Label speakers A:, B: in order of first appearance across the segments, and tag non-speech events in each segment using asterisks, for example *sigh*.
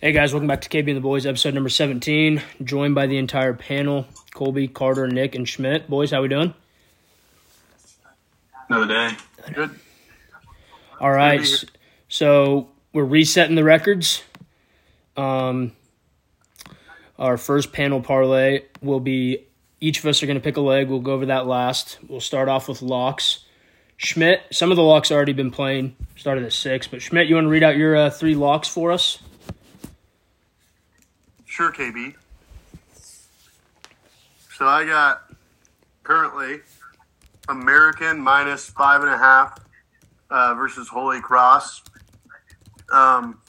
A: Hey guys, welcome back to KB and the Boys, episode number 17. Joined by the entire panel Colby, Carter, Nick, and Schmidt. Boys, how we doing?
B: Another day. Good.
A: All right. s- So we're resetting the records. Um, our first panel parlay will be each of us are going to pick a leg. We'll go over that last. We'll start off with locks. Schmidt, some of the locks already been playing, started at six, but Schmidt, you want to read out your uh, three locks for us?
B: Sure, KB. So I got currently American minus five and a half uh, versus Holy Cross. Um,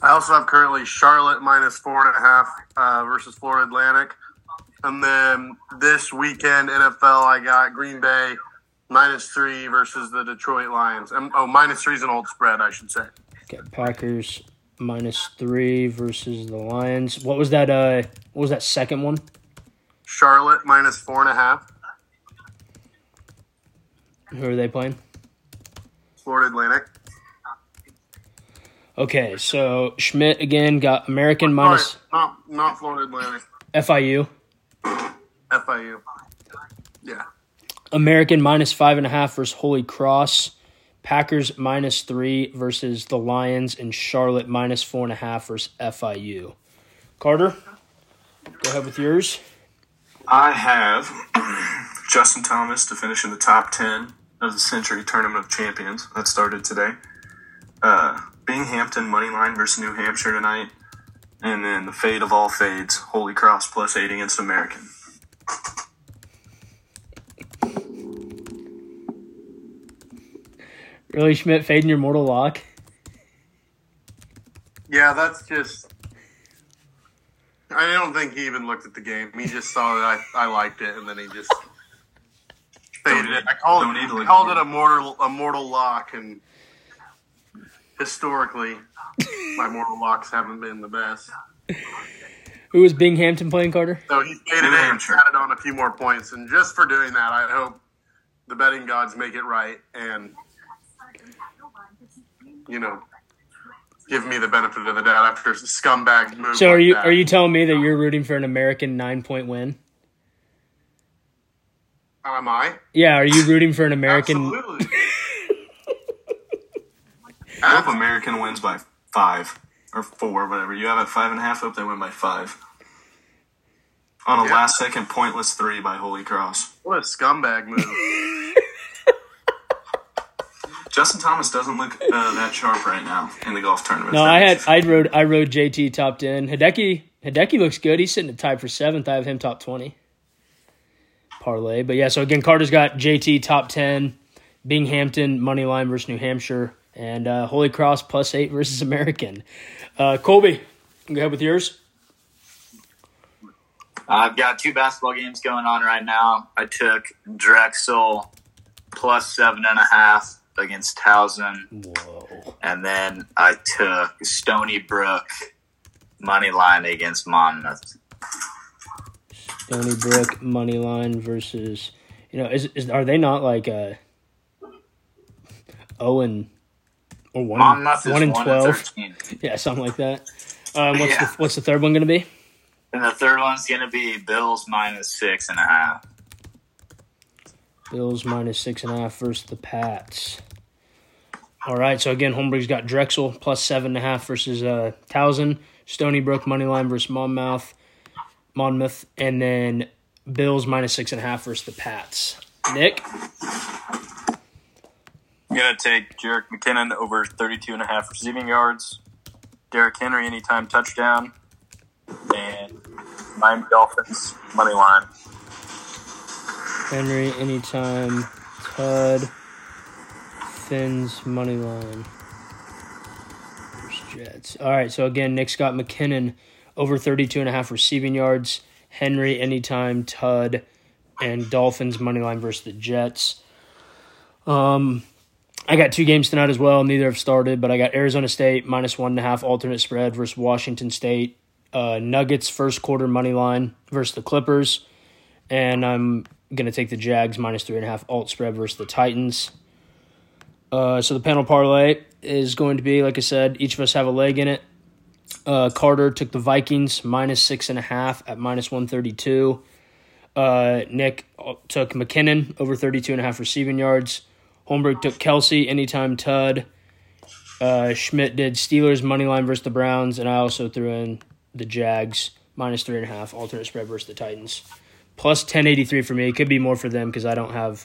B: I also have currently Charlotte minus four and a half uh, versus Florida Atlantic. And then this weekend, NFL, I got Green Bay minus three versus the Detroit Lions. Um, oh, minus three is an old spread, I should say.
A: Okay, Packers minus three versus the Lions. What was that? Uh, what was that second one?
B: Charlotte minus four and a half,
A: Who are they playing?
B: Florida Atlantic.
A: Okay, so Schmidt again got American minus
B: Sorry, not not Florida Atlantic.
A: FIU.
B: FIU. Yeah.
A: American minus five and a half versus Holy Cross. Packers minus three versus the Lions and Charlotte minus four and a half versus FIU. Carter, go ahead with yours.
C: I have *clears throat* Justin Thomas to finish in the top 10 of the Century Tournament of Champions that started today. Uh, Binghamton Moneyline versus New Hampshire tonight. And then the fade of all fades, Holy Cross plus eight against American.
A: Really, Schmidt fading your mortal lock.
B: Yeah, that's just. I don't think he even looked at the game. He just saw that I, I liked it, and then he just faded it. I called,
C: Don't need to look
B: I called it a mortal a mortal lock, and historically, my mortal locks haven't been the best.
A: Who is Binghamton playing, Carter?
B: So he faded it
C: New
B: and
C: Hampshire.
B: added on a few more points, and just for doing that, I hope the betting gods make it right and you know, give me the benefit of the doubt after scumbag move.
A: So are
B: like
A: you
B: that.
A: are you telling me that you're rooting for an American nine point win?
B: Am I?
A: Yeah, are you rooting for an American? *laughs*
B: Absolutely.
C: I hope American wins by five or four, whatever. You have at five and a half, I hope they win by five. On a
B: Yeah.
C: last second pointless three by Holy Cross.
B: what a scumbag move.
C: Justin Thomas doesn't look uh, that sharp right now in the golf tournament.
A: No, I had I rode I rode JT top ten. Hideki Hideki looks good. He's sitting at tied for seventh. I have him top twenty. Parlay, but yeah. So again, Carter's got JT top ten, Binghamton money line versus New Hampshire, and uh, Holy Cross plus eight versus American. Uh, Colby, go ahead with yours.
D: I've got two basketball games going on right now. I took Drexel plus seven and a half against Towson,
A: Whoa.
D: and then I took Stony Brook money line against Monmouth.
A: Stony Brook money line versus you know is, is are they not like uh Owen or oh, one
D: Monmouth is
A: one in twelve
D: thirteen,
A: *laughs* yeah something like that. Um, what's
D: Yeah.
A: the what's the third one going to be?
D: and the third one's going to be Bills minus six and a half.
A: Bills minus six and a half versus the Pats. All right, so again, Holmberg's got Drexel plus seven and a half versus uh, Towson, Stony Brook money line versus Monmouth, Monmouth, and then Bills minus six and a half versus the Pats. Nick,
E: I'm going to take Jarek McKinnon over 32 and a half receiving yards, Derrick Henry anytime touchdown, and Miami Dolphins money line.
A: Henry anytime, Todd, Finn's money line. versus Jets. All right, so again, Nick's got McKinnon over 32 and a half receiving yards, Henry anytime, Todd, and Dolphins money line versus the Jets. Um, I got two games tonight as well. Neither have started, but I got Arizona State minus one and a half alternate spread versus Washington State. Uh, Nuggets first quarter money line versus the Clippers, and I'm gonna take the Jags minus three and a half alt spread versus the Titans. Uh, so the panel parlay is going to be, like I said, each of us have a leg in it. Uh, Carter took the Vikings minus six and a half at minus 132. Uh, Nick uh, took McKinnon over 32 and a half receiving yards. Holmberg took Kelsey anytime Tud. Uh, Schmidt did Steelers money line versus the Browns, and I also threw in the Jags minus three and a half alternate spread versus the Titans. Plus 1083 for me. It could be more for them because I don't have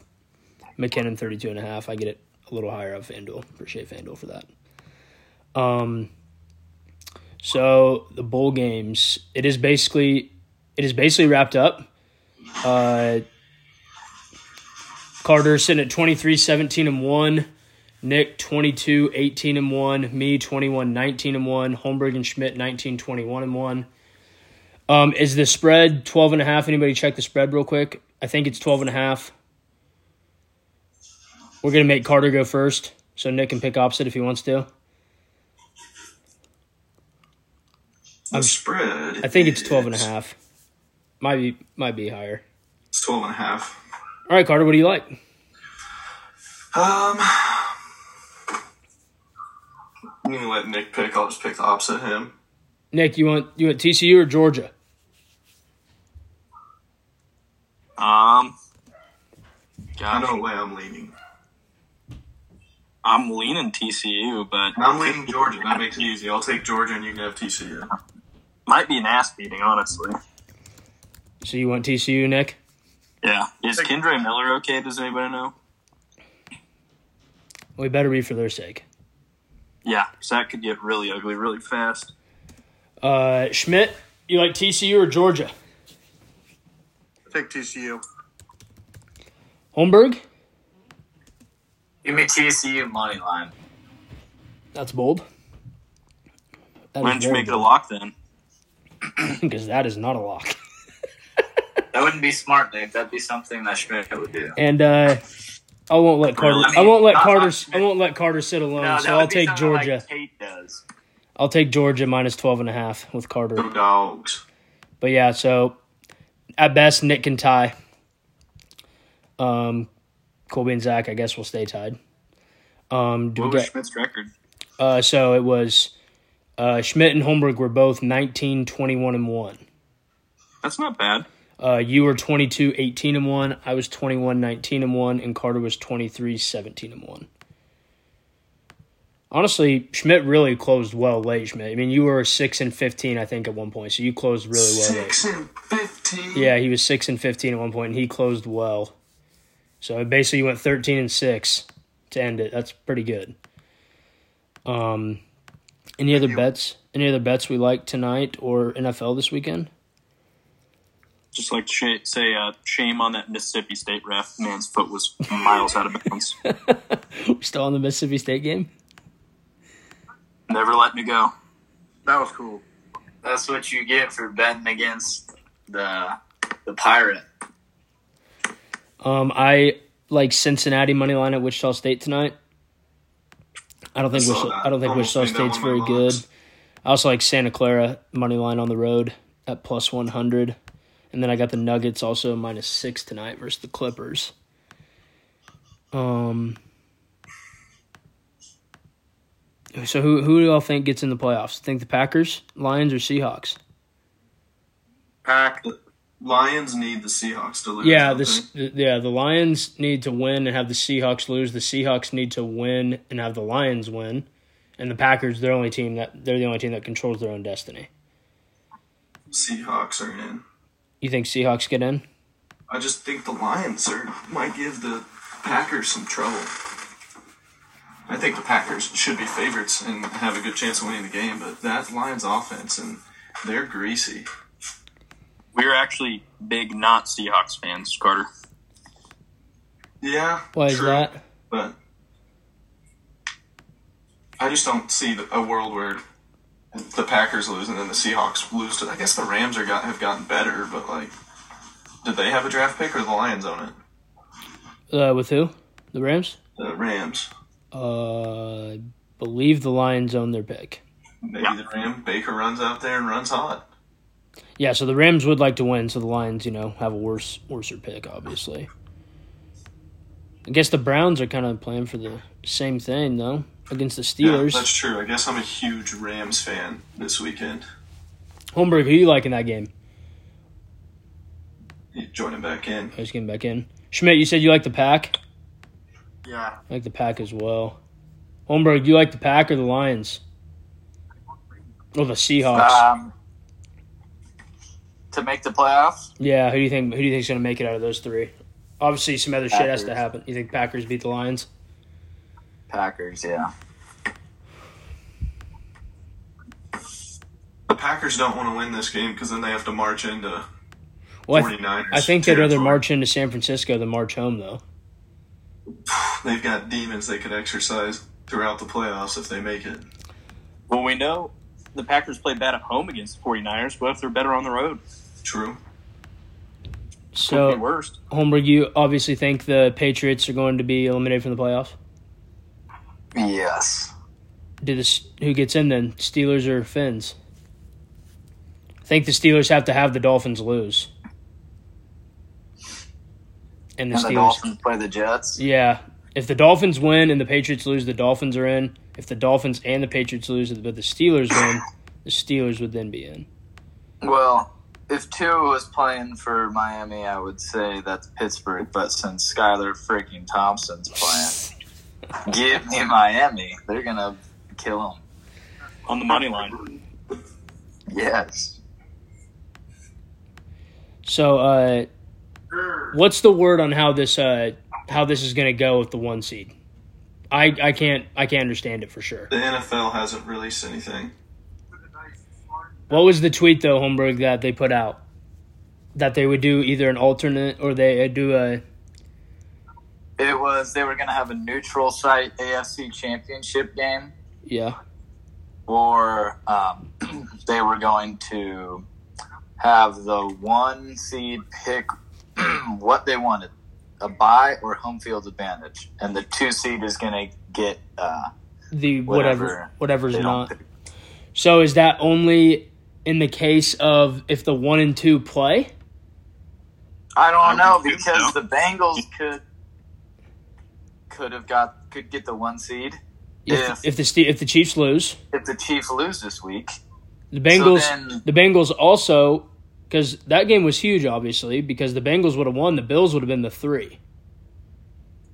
A: McKinnon 32 and a half. I get it a little higher of FanDuel. Appreciate FanDuel for that. Um, so the bowl games, it is basically, it is basically wrapped up. Uh, Carter sitting at 23, 17 and one. Nick 22, 18 and one. Me 21, 19 and one. Holmberg and Schmidt 19, 21 and one. Um, is the spread 12 and a half? Anybody check the spread real quick? I think it's 12 and a half. We're going to make Carter go first so Nick can pick opposite if he wants to.
C: The spread.
A: um, I think it's 12
C: is-
A: and a half. Might be might be higher.
C: It's 12 and a half.
A: All right, Carter, what do you like?
C: Um, I'm gonna let Nick pick. I'll just pick the opposite him.
A: Nick, you want you want TCU or Georgia?
E: Um,
C: I know
E: gosh,
C: the way I'm leaning.
E: I'm leaning TCU, but
C: I'm leaning Georgia. That makes it easy. I'll take Georgia, and you can have TCU.
E: might be an ass beating, honestly.
A: So you want TCU, Nick?
E: Yeah. Is Kendra Miller okay? Does anybody know?
A: We better be for their sake.
E: Yeah, 'cause that could get really ugly really fast.
A: Uh, Schmidt, you like TCU or Georgia?
B: Take TCU.
A: Holmberg,
D: Give me TCU money line.
A: that's bold. That
E: Why
A: is
E: don't you
A: very
E: make it
A: *laughs*
E: a
A: bold,
E: lock then?
A: Because that is not a lock.
D: That wouldn't be smart, Nick. That'd be something that Schmidt would do.
A: And uh, I won't let Carter.
E: Really?
A: I won't let
D: Not-
A: Carter.
D: not-
A: I won't let Carter sit alone.
D: No, that
A: Oh, so
D: would
A: I'll
D: be
A: take
D: something
A: Georgia.
D: Like Tate does.
A: I'll take Georgia minus 12 and a half with Carter.
C: Go dogs.
A: But yeah, so at best, Nick can tie. Um, Colby and Zach, I guess, will stay tied. Um, do we
E: What was
A: get,
E: Schmidt's record?
A: uh, so it was uh, Schmidt and Holmberg were both 19, 21, and 1.
E: That's not bad.
A: Uh, you were 22, 18, and 1. I was 21, 19, and 1. And Carter was 23, 17, and 1. Honestly, Schmidt really closed well late, Schmidt. I mean, you were 6 and 15, I think, at one point. So you closed really well late.
C: Six and fifteen.
A: Yeah, he was six and fifteen at one point, and he closed well. So basically, he went thirteen and six to end it. That's pretty good. Um, any other bets? Any other bets we like tonight or NFL this weekend? *laughs*
E: Just like sh- say, uh, shame on that Mississippi State ref. Man's foot was miles out of
A: *laughs*
E: bounds.
A: We're still on the Mississippi State game.
E: Never let me go.
B: That was cool.
D: That's what you get for betting against the the pirate.
A: Um, I like Cincinnati money line at Wichita State tonight. I don't think
C: I saw
A: Wichita,
C: that.
A: I don't think
C: Almost
A: Wichita
C: made that
A: State's
C: one
A: very
C: of my
A: good.
C: locks.
A: I also like Santa Clara money line on the road at plus one hundred, and then I got the Nuggets also minus six tonight versus the Clippers. Um. So who who do y'all think gets in the playoffs? Think the Packers, Lions, or Seahawks?
C: Pack. The Lions need the Seahawks to lose.
A: Yeah,
C: don't
A: this
C: they?
A: yeah, the Lions need to win and have the Seahawks lose. The Seahawks need to win and have the Lions win. And the Packers, they're only team that they're the only team that controls their own destiny.
C: Seahawks are in.
A: You think Seahawks get in?
C: I just think the Lions are might give the Packers some trouble. I think the Packers should be favorites and have a good chance of winning the game, but that Lions offense and they're greasy.
E: We're actually big not Seahawks fans, Carter.
C: Yeah.
A: Why is
C: true,
A: that?
C: But I just don't see the- a world where the Packers lose and then the Seahawks lose. To, I guess the Rams are got have gotten better, but like, did they have a draft pick or the Lions own it?
A: Uh, with who? The Rams?
C: The Rams.
A: Uh, I believe the Lions own their pick.
C: Maybe
E: Yeah.
C: the Ram Baker runs out there and runs hot.
A: Yeah, so the Rams would like to win, so the Lions, you know, have a worse worser pick, obviously. I guess the Browns are kind of playing for the same thing, though. against the
C: Yeah,
A: Steelers.
C: that's true. I guess I'm a huge Rams fan this weekend.
A: Holmberg, who you like in that game?
C: You Joining back in.
A: I was Oh, getting back in. Schmidt, you said you like the pack.
B: Yeah.
A: I like the pack as well. Holmberg, you like the pack or the Lions? Or the Seahawks?
E: Uh,
D: Um, to make the playoffs,
A: yeah. Who do you think? Who do you think's gonna make it out of those three? Obviously, some other shit has to
D: Packers.
A: happen. You think Packers beat the Lions?
D: Packers. Yeah.
C: The Packers don't want to win this game because then they have to march into
A: Well, I, th-
C: 49ers.
A: I think they'd rather
C: territory.
A: march into San Francisco than march home, though.
C: They've got demons they could exercise throughout the playoffs if they make it.
E: Well, we know the Packers play bad at home against the 49ers. What if they're better on the road?
C: True.
E: Could be
A: So,
E: worse.
A: Holmberg, you obviously think the Patriots are going to be eliminated from the playoffs.
D: Yes.
A: Do this? Who gets in then? Steelers or Finns? I think the Steelers have to have the Dolphins lose, and the
D: And the
A: Steelers.
D: Dolphins play the Jets.
A: yeah, if the Dolphins win and the Patriots lose, the Dolphins are in. If the Dolphins and the Patriots lose, but the Steelers win, the Steelers would then be in.
D: Well, if Tua was playing for Miami, I would say that's Pittsburgh. But since Skylar freaking Thompson's playing, give me Miami. They're gonna kill him.
E: On the money line.
D: Yes.
A: So, uh, what's the word on how this uh, how this is going to go with the one seed? I, I can't I can't understand it for sure.
C: The NFL hasn't released anything.
A: What was the tweet though, Holmberg, that they put out? That they would do either an alternate or they uh, do a
D: It was they were gonna have a neutral site AFC Championship game,
A: yeah.
D: or um, *clears throat* they were going to have the one seed pick *clears throat* what they wanted, a bye or home field advantage, and the two seed is gonna get. Uh,
A: The whatever,
D: Whatever.
A: whatever's
D: they
A: not.
D: don't pick.
A: So is that only in the case of if the one and two play?
D: I don't
E: I
D: know
E: would think
D: because
E: so.
D: the Bengals could could have got could get the one seed
A: If
D: if
A: if the Ste- if the Chiefs lose,
D: if the Chiefs lose this week.
A: the Bengals
D: then-
A: the Bengals also because that game was huge, obviously because the Bengals would have won, the Bills would have been the three.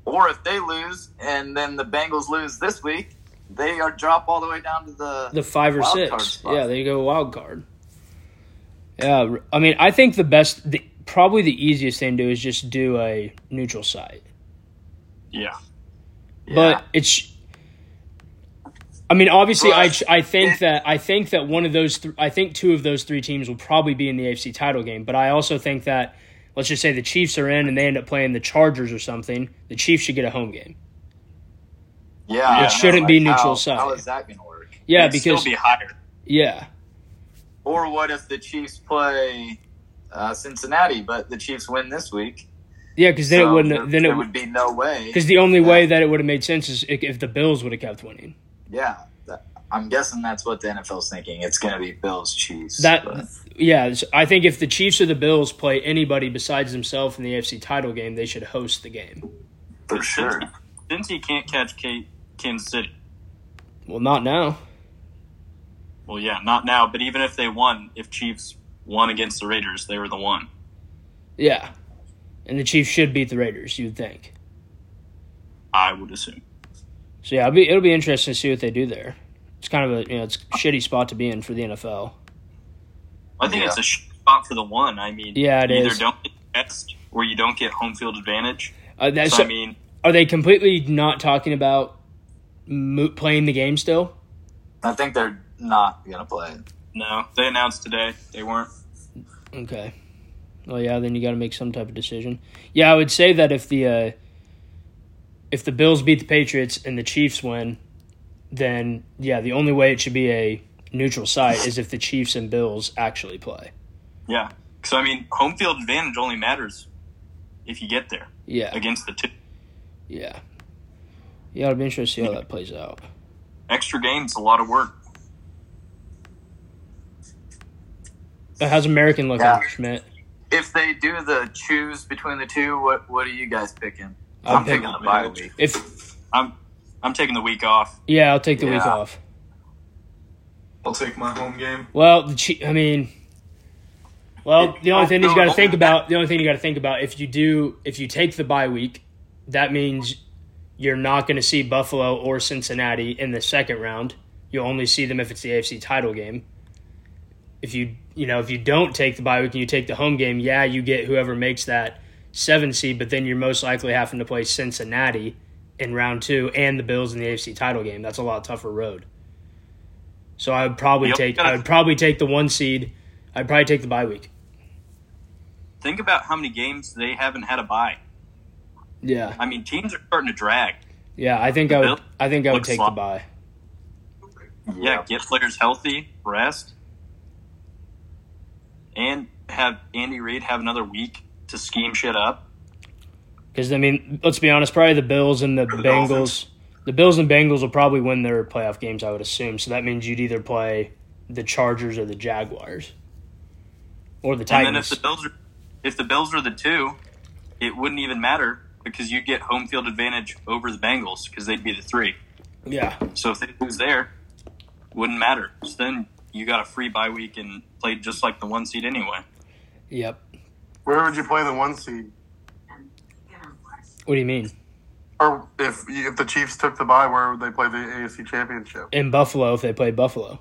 D: Or if they lose and then the Bengals lose this week, they are drop all the way down to the,
A: the five or
D: Wild card
A: six.
D: spot.
A: Yeah, there you go, wild card. Yeah, r- I mean, I think the best, the, probably the easiest thing to do is just do a neutral site.
E: Yeah.
A: But it's, I mean, obviously, I,
D: But-
A: I think that I think that one of those, th- I think two of those three teams will probably be in the AFC title game. But I also think that let's just say the Chiefs are in and they end up playing the Chargers or something. The Chiefs should get a home game.
D: yeah, I
A: It
D: know,
A: shouldn't be neutral
D: how,
A: side.
D: How is that going to work?
A: Yeah,
E: It'd
A: because
E: still be higher.
A: yeah,
D: Or what if the Chiefs play uh, Cincinnati, but the Chiefs win this week?
A: yeah, because then
D: So
A: it wouldn't. Then
D: there
A: it would
D: would be no way.
A: because the only way that it would have made sense is if, if the Bills would have kept winning.
D: Yeah, that- I'm guessing that's what the NFL's thinking. It's going to be Bills Chiefs.
A: That
D: but-
A: yeah, it's- I think if the Chiefs or the Bills play anybody besides themselves in the AFC title game, they should host the game.
D: for sure.
E: Since he can't catch Kate, Kansas City.
A: Well, not now.
E: Well, yeah, not now, but even if they won, if Chiefs won against the Raiders, they were the one.
A: Yeah, and the Chiefs should beat the Raiders. You'd think.
E: I would assume.
A: So yeah, it'll be, it'll be interesting to see what they do there. It's kind of a you know it's a shitty spot to be in for the NFL.
E: I think
D: Yeah.
E: it's a sh- spot for the one. I mean,
A: Yeah, it
E: you either
A: is.
E: don't get best or you don't get home field advantage.
A: Uh, that's,
E: So, I mean,
A: are they completely not talking about mo- playing the game still?
D: I think they're not going to play it.
E: no, they announced today they weren't.
A: Okay. Well, yeah, then you got to make some type of decision. Yeah, I would say that if the uh, if the Bills beat the Patriots and the Chiefs win, then yeah, the only way it should be a neutral site is if the Chiefs and Bills actually play.
E: Yeah. So I mean, home field advantage only matters if you get there
A: Yeah,
E: against the two
A: yeah, yeah. It'll be interesting to see how that plays out.
E: extra games. A lot of work.
A: But how's American looking,
D: Yeah.
A: Schmidt?
D: If they do the choose between the two, what what are you guys picking?
A: I'm
D: I'm picking the bye week.
A: If
E: I'm I'm taking the week off.
A: Yeah, I'll take the week
D: Yeah.
A: off.
C: I'll take my home game.
A: Well, the Chi- I mean, well, the only thing that you got to think about, the only thing you got to think about, if you do, if you take the bye week, that means you're not going to see Buffalo or Cincinnati in the second round. You'll only see them if it's the AFC title game. If you, you know, if you don't take the bye week and you take the home game, yeah, you get whoever makes that seven seed, but then you're most likely having to play Cincinnati in round two and the Bills in the AFC title game. That's a lot tougher road. So I would probably
E: Yep.
A: take I would probably take the one seed. I'd probably take the bye week.
E: Think about how many games they haven't had a bye.
A: Yeah.
E: I mean, teams are starting to drag.
A: Yeah, I think I would
E: Bill-
A: I think I would
E: looks
A: take the
E: slow.
A: bye.
E: Yeah, get players healthy, rest, and have Andy Reid have another week to scheme shit up.
A: Cuz I mean, let's be honest, probably the Bills and the
C: the
A: Bengals
C: Dolphins.
A: the Bills and Bengals will probably win their playoff games, I would assume. So that means you'd either play the Chargers or the Jaguars or the
E: And then
A: Titans.
E: if the Bills are, if the Bills are the two, it wouldn't even matter because you get home field advantage over the Bengals because they'd be the three.
A: yeah.
E: So if they lose there, wouldn't matter. So then you got a free bye week and played just like the one seed anyway.
A: Yep.
B: Where would you play the one seed?
A: What do you mean?
B: Or if if the Chiefs took the bye, where would they play the AFC Championship? *clears throat*
A: In Buffalo if they play Buffalo.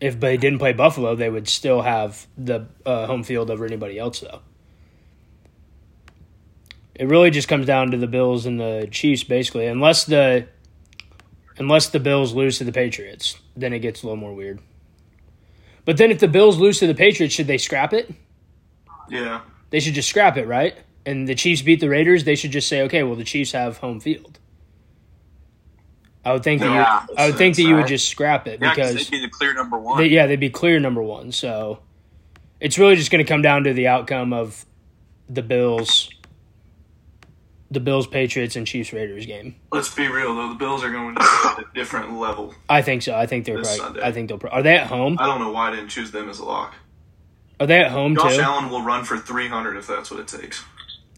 A: If they didn't play Buffalo, they would still have the uh, home field over anybody else though. It really just comes down to the Bills and the Chiefs basically, unless the unless the Bills lose to the Patriots, then it gets a little more weird. But then if the Bills lose to the Patriots, should they scrap it?
C: Yeah.
A: they should just scrap it, right? And the Chiefs beat the Raiders, they should just say, okay, well, the Chiefs have home field. I would think that
D: Yeah,
A: you, I would think that
D: that's
A: you would
D: right.
A: just scrap it
E: Yeah, 'cause
A: because
E: they'd be the clear number one.
A: they, yeah, they'd be clear number one. So it's really just going to come down to the outcome of the Bills, the Bills, Patriots, and Chiefs Raiders game.
C: Let's be real though. The Bills are going to be at a different level.
A: I think so. I think they're.
C: This
A: Probably,
C: Sunday. Uh,
A: I think they'll. pro- Are they at home?
C: I don't know why I didn't choose them as a lock.
A: Are they at home
C: Josh
A: too?
C: Allen will run for 300 if that's what it takes.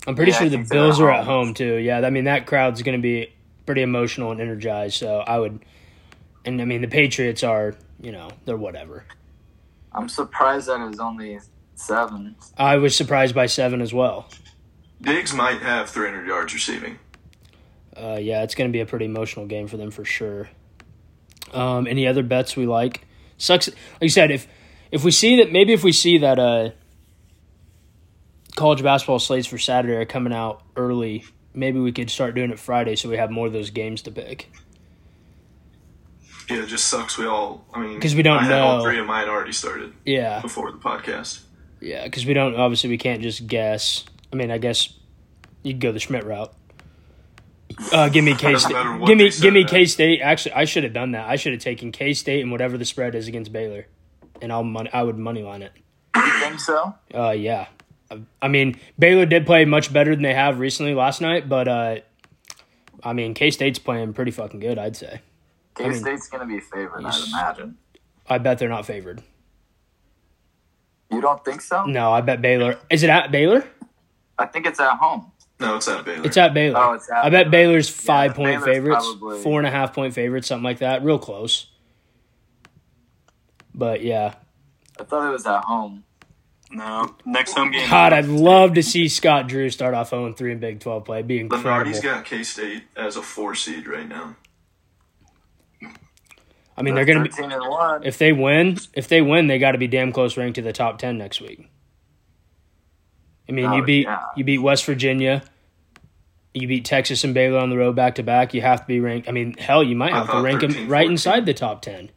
A: I'm pretty
D: Yeah, I
A: sure the
D: think they're at
A: Bills are at
D: home.
A: home too. Yeah, I mean that crowd's going to be pretty emotional and energized. So I would, and I mean the Patriots are, you know, they're whatever.
D: I'm surprised that it was only seven.
A: I was surprised by seven as well.
C: Diggs might have 300 yards receiving.
A: Uh, yeah, it's going to be a pretty emotional game for them for sure. Um, any other bets we like? Sucks. Like you said, if if we see that, maybe if we see that uh, college basketball slates for Saturday are coming out early, maybe we could start doing it Friday so we have more of those games to pick.
C: Yeah, it just sucks. We all. I mean,
A: 'Cause we don't
C: I had All
A: know.
C: three of mine already started
A: Yeah.
C: before the podcast.
A: Yeah, because we don't obviously we can't just guess. I mean, I guess you could go the Schmidt route.
C: *laughs*
A: Uh, give me K State.
C: matter what
A: Give me
C: they said,
A: give me
C: man.
A: K State. Actually, I should have done that. I should have taken K State and whatever the spread is against Baylor, and I'll money. I would money line it.
D: You think so?
A: Uh, yeah. I, I mean, Baylor did play much better than they have recently last night, but uh, I mean, K State's playing pretty fucking good. I'd say.
D: K State's gonna be favored, I'd imagine.
A: I bet they're not favored.
D: You don't think so?
A: No, I bet Baylor. Is it at Baylor?
D: I think it's at home.
C: No, it's at Baylor.
A: It's at Baylor.
D: Oh, it's at
A: I bet
D: Baylor.
A: Baylor's five
D: Yeah,
A: point
D: Baylor's
A: favorites,
D: probably-
A: four and a half point favorites, something like that. Real close. But yeah,
D: I thought it was at home.
E: no, next home game.
A: God, I'd love to see Scott Drew start off 0 3 in Big 12 play. It'd be incredible.
C: Lenardi's got K State as a four seed right now.
A: I mean, they're going to be
D: thirteen and one.
A: if they win, if they win, they got to be damn close ranked to the top 10 next week. I mean,
D: Oh,
A: you beat
D: yeah.
A: you beat West Virginia, you beat Texas and Baylor on the road back to back. You have to be ranked. I mean, hell, you might
C: I
A: have to
C: thought
A: rank them
C: 13,
A: right
C: 14.
A: inside the top 10.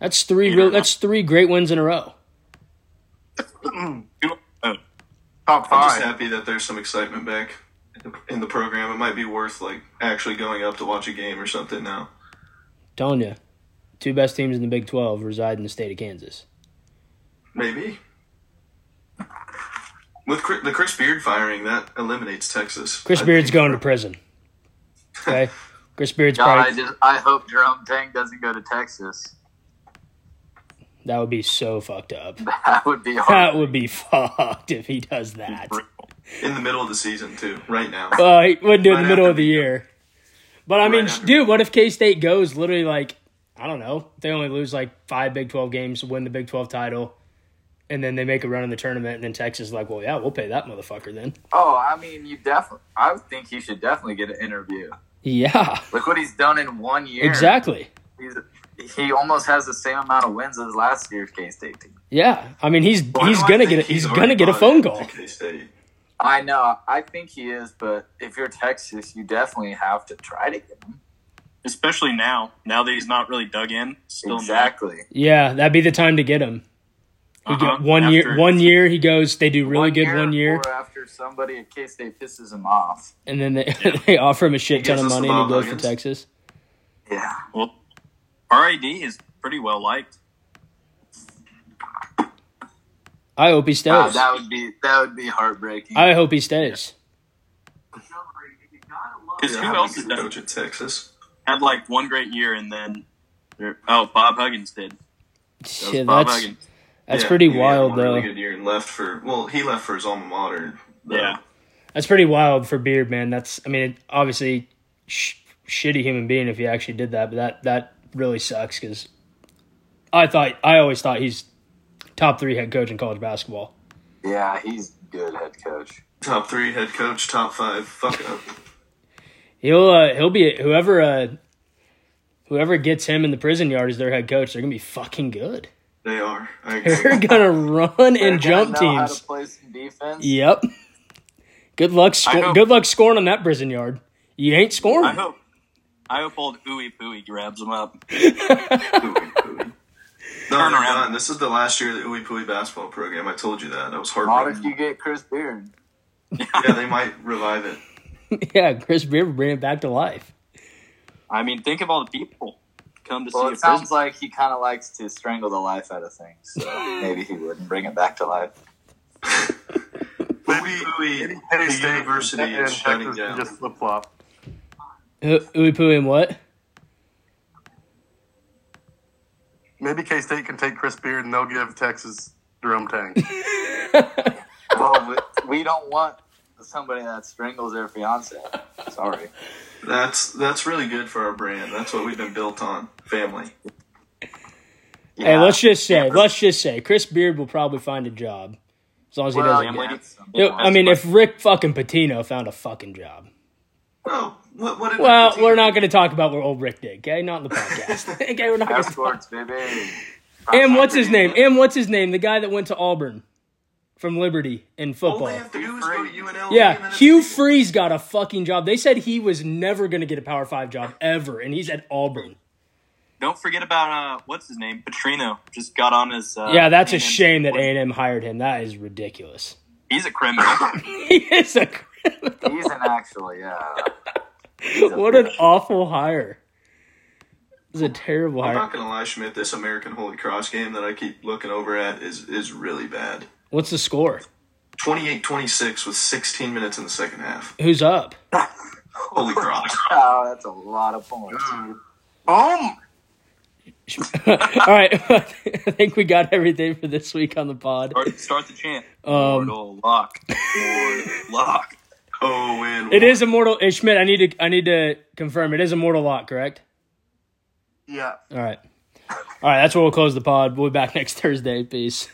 A: That's three
E: Yeah.
A: real, that's three great wins in a row.
B: Top
C: uh, I'm just
B: five.
C: happy that there's some excitement back in the program. It might be worth like actually going up to watch a game or something now.
A: Telling you, two best teams in the Big 12 reside in the state of Kansas.
C: Maybe. With Chris, the Chris Beard firing, that eliminates Texas.
A: Chris
C: I
A: Beard's
C: think-
A: going to prison.
D: *laughs*
A: Okay? Chris Beard's
D: God, I
A: probably.
D: just I hope Jerome Tang doesn't go to Texas. *laughs*
A: That would be so fucked up.
D: That would be
A: That
D: hard.
A: would be *laughs* fucked if he does that.
E: Brutal.
C: in the middle of the season too. Right now,
A: Well, he wouldn't do it in the
C: Might
A: middle
C: have
A: of
C: to
A: the
C: be.
A: year. But I mean,
C: Right.
A: dude, what if K State goes literally like I don't know? They only lose like five Big Twelve games, win the Big Twelve title, and then they make a run in the tournament, and then Texas is like, well, yeah, we'll pay that motherfucker then.
D: Oh, I mean, you definitely. I would think he should definitely get an interview.
A: Yeah,
D: Look what he's done in one year.
A: exactly.
D: He's, he almost has the same amount of wins as last year's K State team.
A: Yeah, I mean, he's
C: Why
A: he's
C: do I
A: gonna
C: think
A: get a, he's
C: already
A: gonna get a
C: bought
A: phone
C: into
A: call.
C: K-State?
D: I know. I think he is, but if you're Texas, you definitely have to try to get him.
E: Especially now, now that he's not really dug in, still not.
D: exactly.
A: Yeah, that'd be the time to get him. He
E: Uh-huh.
A: get one year.
E: After-
A: One year he goes. They do really good one year,
D: Or after somebody at K State pisses him off.
A: and then they, *laughs* they offer him a shit ton of
C: gives us
A: money, and he
C: LeBron
A: goes to
C: Huggins.
A: Texas.
D: Yeah.
E: Well, RID is pretty well liked.
A: I hope he stays.
D: God, that would be that would be heartbreaking.
A: I hope he stays.
E: Because
C: Yeah,
E: who
C: how
E: else
C: many
E: has
C: can
E: done,
C: coach at Texas?
E: had like one great year and then? there- Oh, Bob Huggins did. That was
A: Yeah,
E: Bob
A: that's
E: Huggins.
A: that's
C: Yeah,
A: pretty
C: he had
A: wild
C: one
A: though.
C: Really good year and left for well, he left for his alma mater. though.
E: Yeah.
A: That's pretty wild for Beard, man. That's I mean, it, obviously, sh- shitty human being if he actually did that, but that that really sucks because I thought I always thought he's top three head coach in college basketball.
D: yeah, he's good head coach.
C: top three head coach, top five. Fuck up.
A: He'll uh, he'll be whoever uh, whoever gets him in the prison yard as their head coach. They're gonna be fucking good. *laughs*
C: They are. I agree.
A: They're
D: *laughs*
A: gonna run and
D: They're gonna
A: jump
D: know how to
A: teams.
D: play some defense.
A: Yep. Good luck.
E: I
A: Sco-
E: hope-
A: good luck scoring on that prison yard. You ain't
E: I
A: scoring.
E: hope. I hope old Ooey Pooey grabs him up.
C: Pooey, pooey. No,
E: Turn
C: they're
E: around.
C: not. This is the last year of the Uwe Pooey basketball program. I told you that. That was
D: Not if
C: heartbreaking.
D: you get Chris Beard.
C: yeah, they might revive it.
A: *laughs*
C: *laughs*
A: yeah, Chris Beard would bring it back to life.
E: I mean, think of all the people come to
D: Well,
E: see a
D: it sounds
E: prison.
D: like he kind of likes to strangle the life out of things,
E: *laughs*
D: so maybe he wouldn't bring it back to life.
C: Uwe Pooey,
B: Penn
C: the
B: State
C: university
B: and
C: is shutting
B: Texas can
C: down.
B: Just flip flop.
A: Who- Ooey pooey and what?
B: Maybe K State can take Chris Beard and they'll give Texas Jerome Tang. *laughs*
D: Well, we, we don't want somebody that strangles their fiance. Sorry.
C: That's that's really good for our brand. That's what we've been built on. Family.
A: Hey, let's just say, let's just say, Chris Beard will probably find a job as long as he doesn't.
E: yeah.
A: Yo, I mean, if Rick fucking Patino found a fucking job.
C: Oh, what? What? Did
A: Well, we're not going to talk about what old Rick did, okay? Not in the
E: *laughs*
A: podcast. okay, we're not going
D: F
A: to
D: sports, baby.
A: *laughs* And what's his name? And what's his name? The guy that went to Auburn from Liberty in
C: All
A: football.
C: they have to do is go to UNLV. and
A: Yeah,
C: then
A: Hugh
C: it's-
A: Freeze got a fucking job. They said he was never going to get a Power 5 job ever, and he's at Auburn.
E: Don't forget about uh, what's his name, Petrino. Just got on his. Uh,
A: Yeah, that's a
E: hand.
A: shame that A&M hired him. That is ridiculous. *laughs*
E: He's a criminal.
A: He is a criminal.
D: He's an actually, yeah.
A: *laughs* What an awful hire. It's a terrible
C: I'm
A: hire.
C: not gonna lie, Schmidt. This American Holy Cross game that I keep looking over at is is really bad.
A: What's the score?
C: 28-26 with 16 minutes in the second half.
A: Who's up? *laughs*
C: Holy Cross.
D: Wow, Oh, that's a lot of points.
E: Mm.
B: Oh,
A: All right, *laughs* I think we got everything for this week on the pod.
E: Start, start the chant.
A: Um,
E: Mortal lock. Mortal lock.
C: Oh, and
A: it is immortal. eh, Schmidt, I need to I need to confirm. It is immortal lock, correct?
B: yeah.
A: All right, all right. That's where we'll close the pod. We'll be back *laughs* next Thursday. Peace.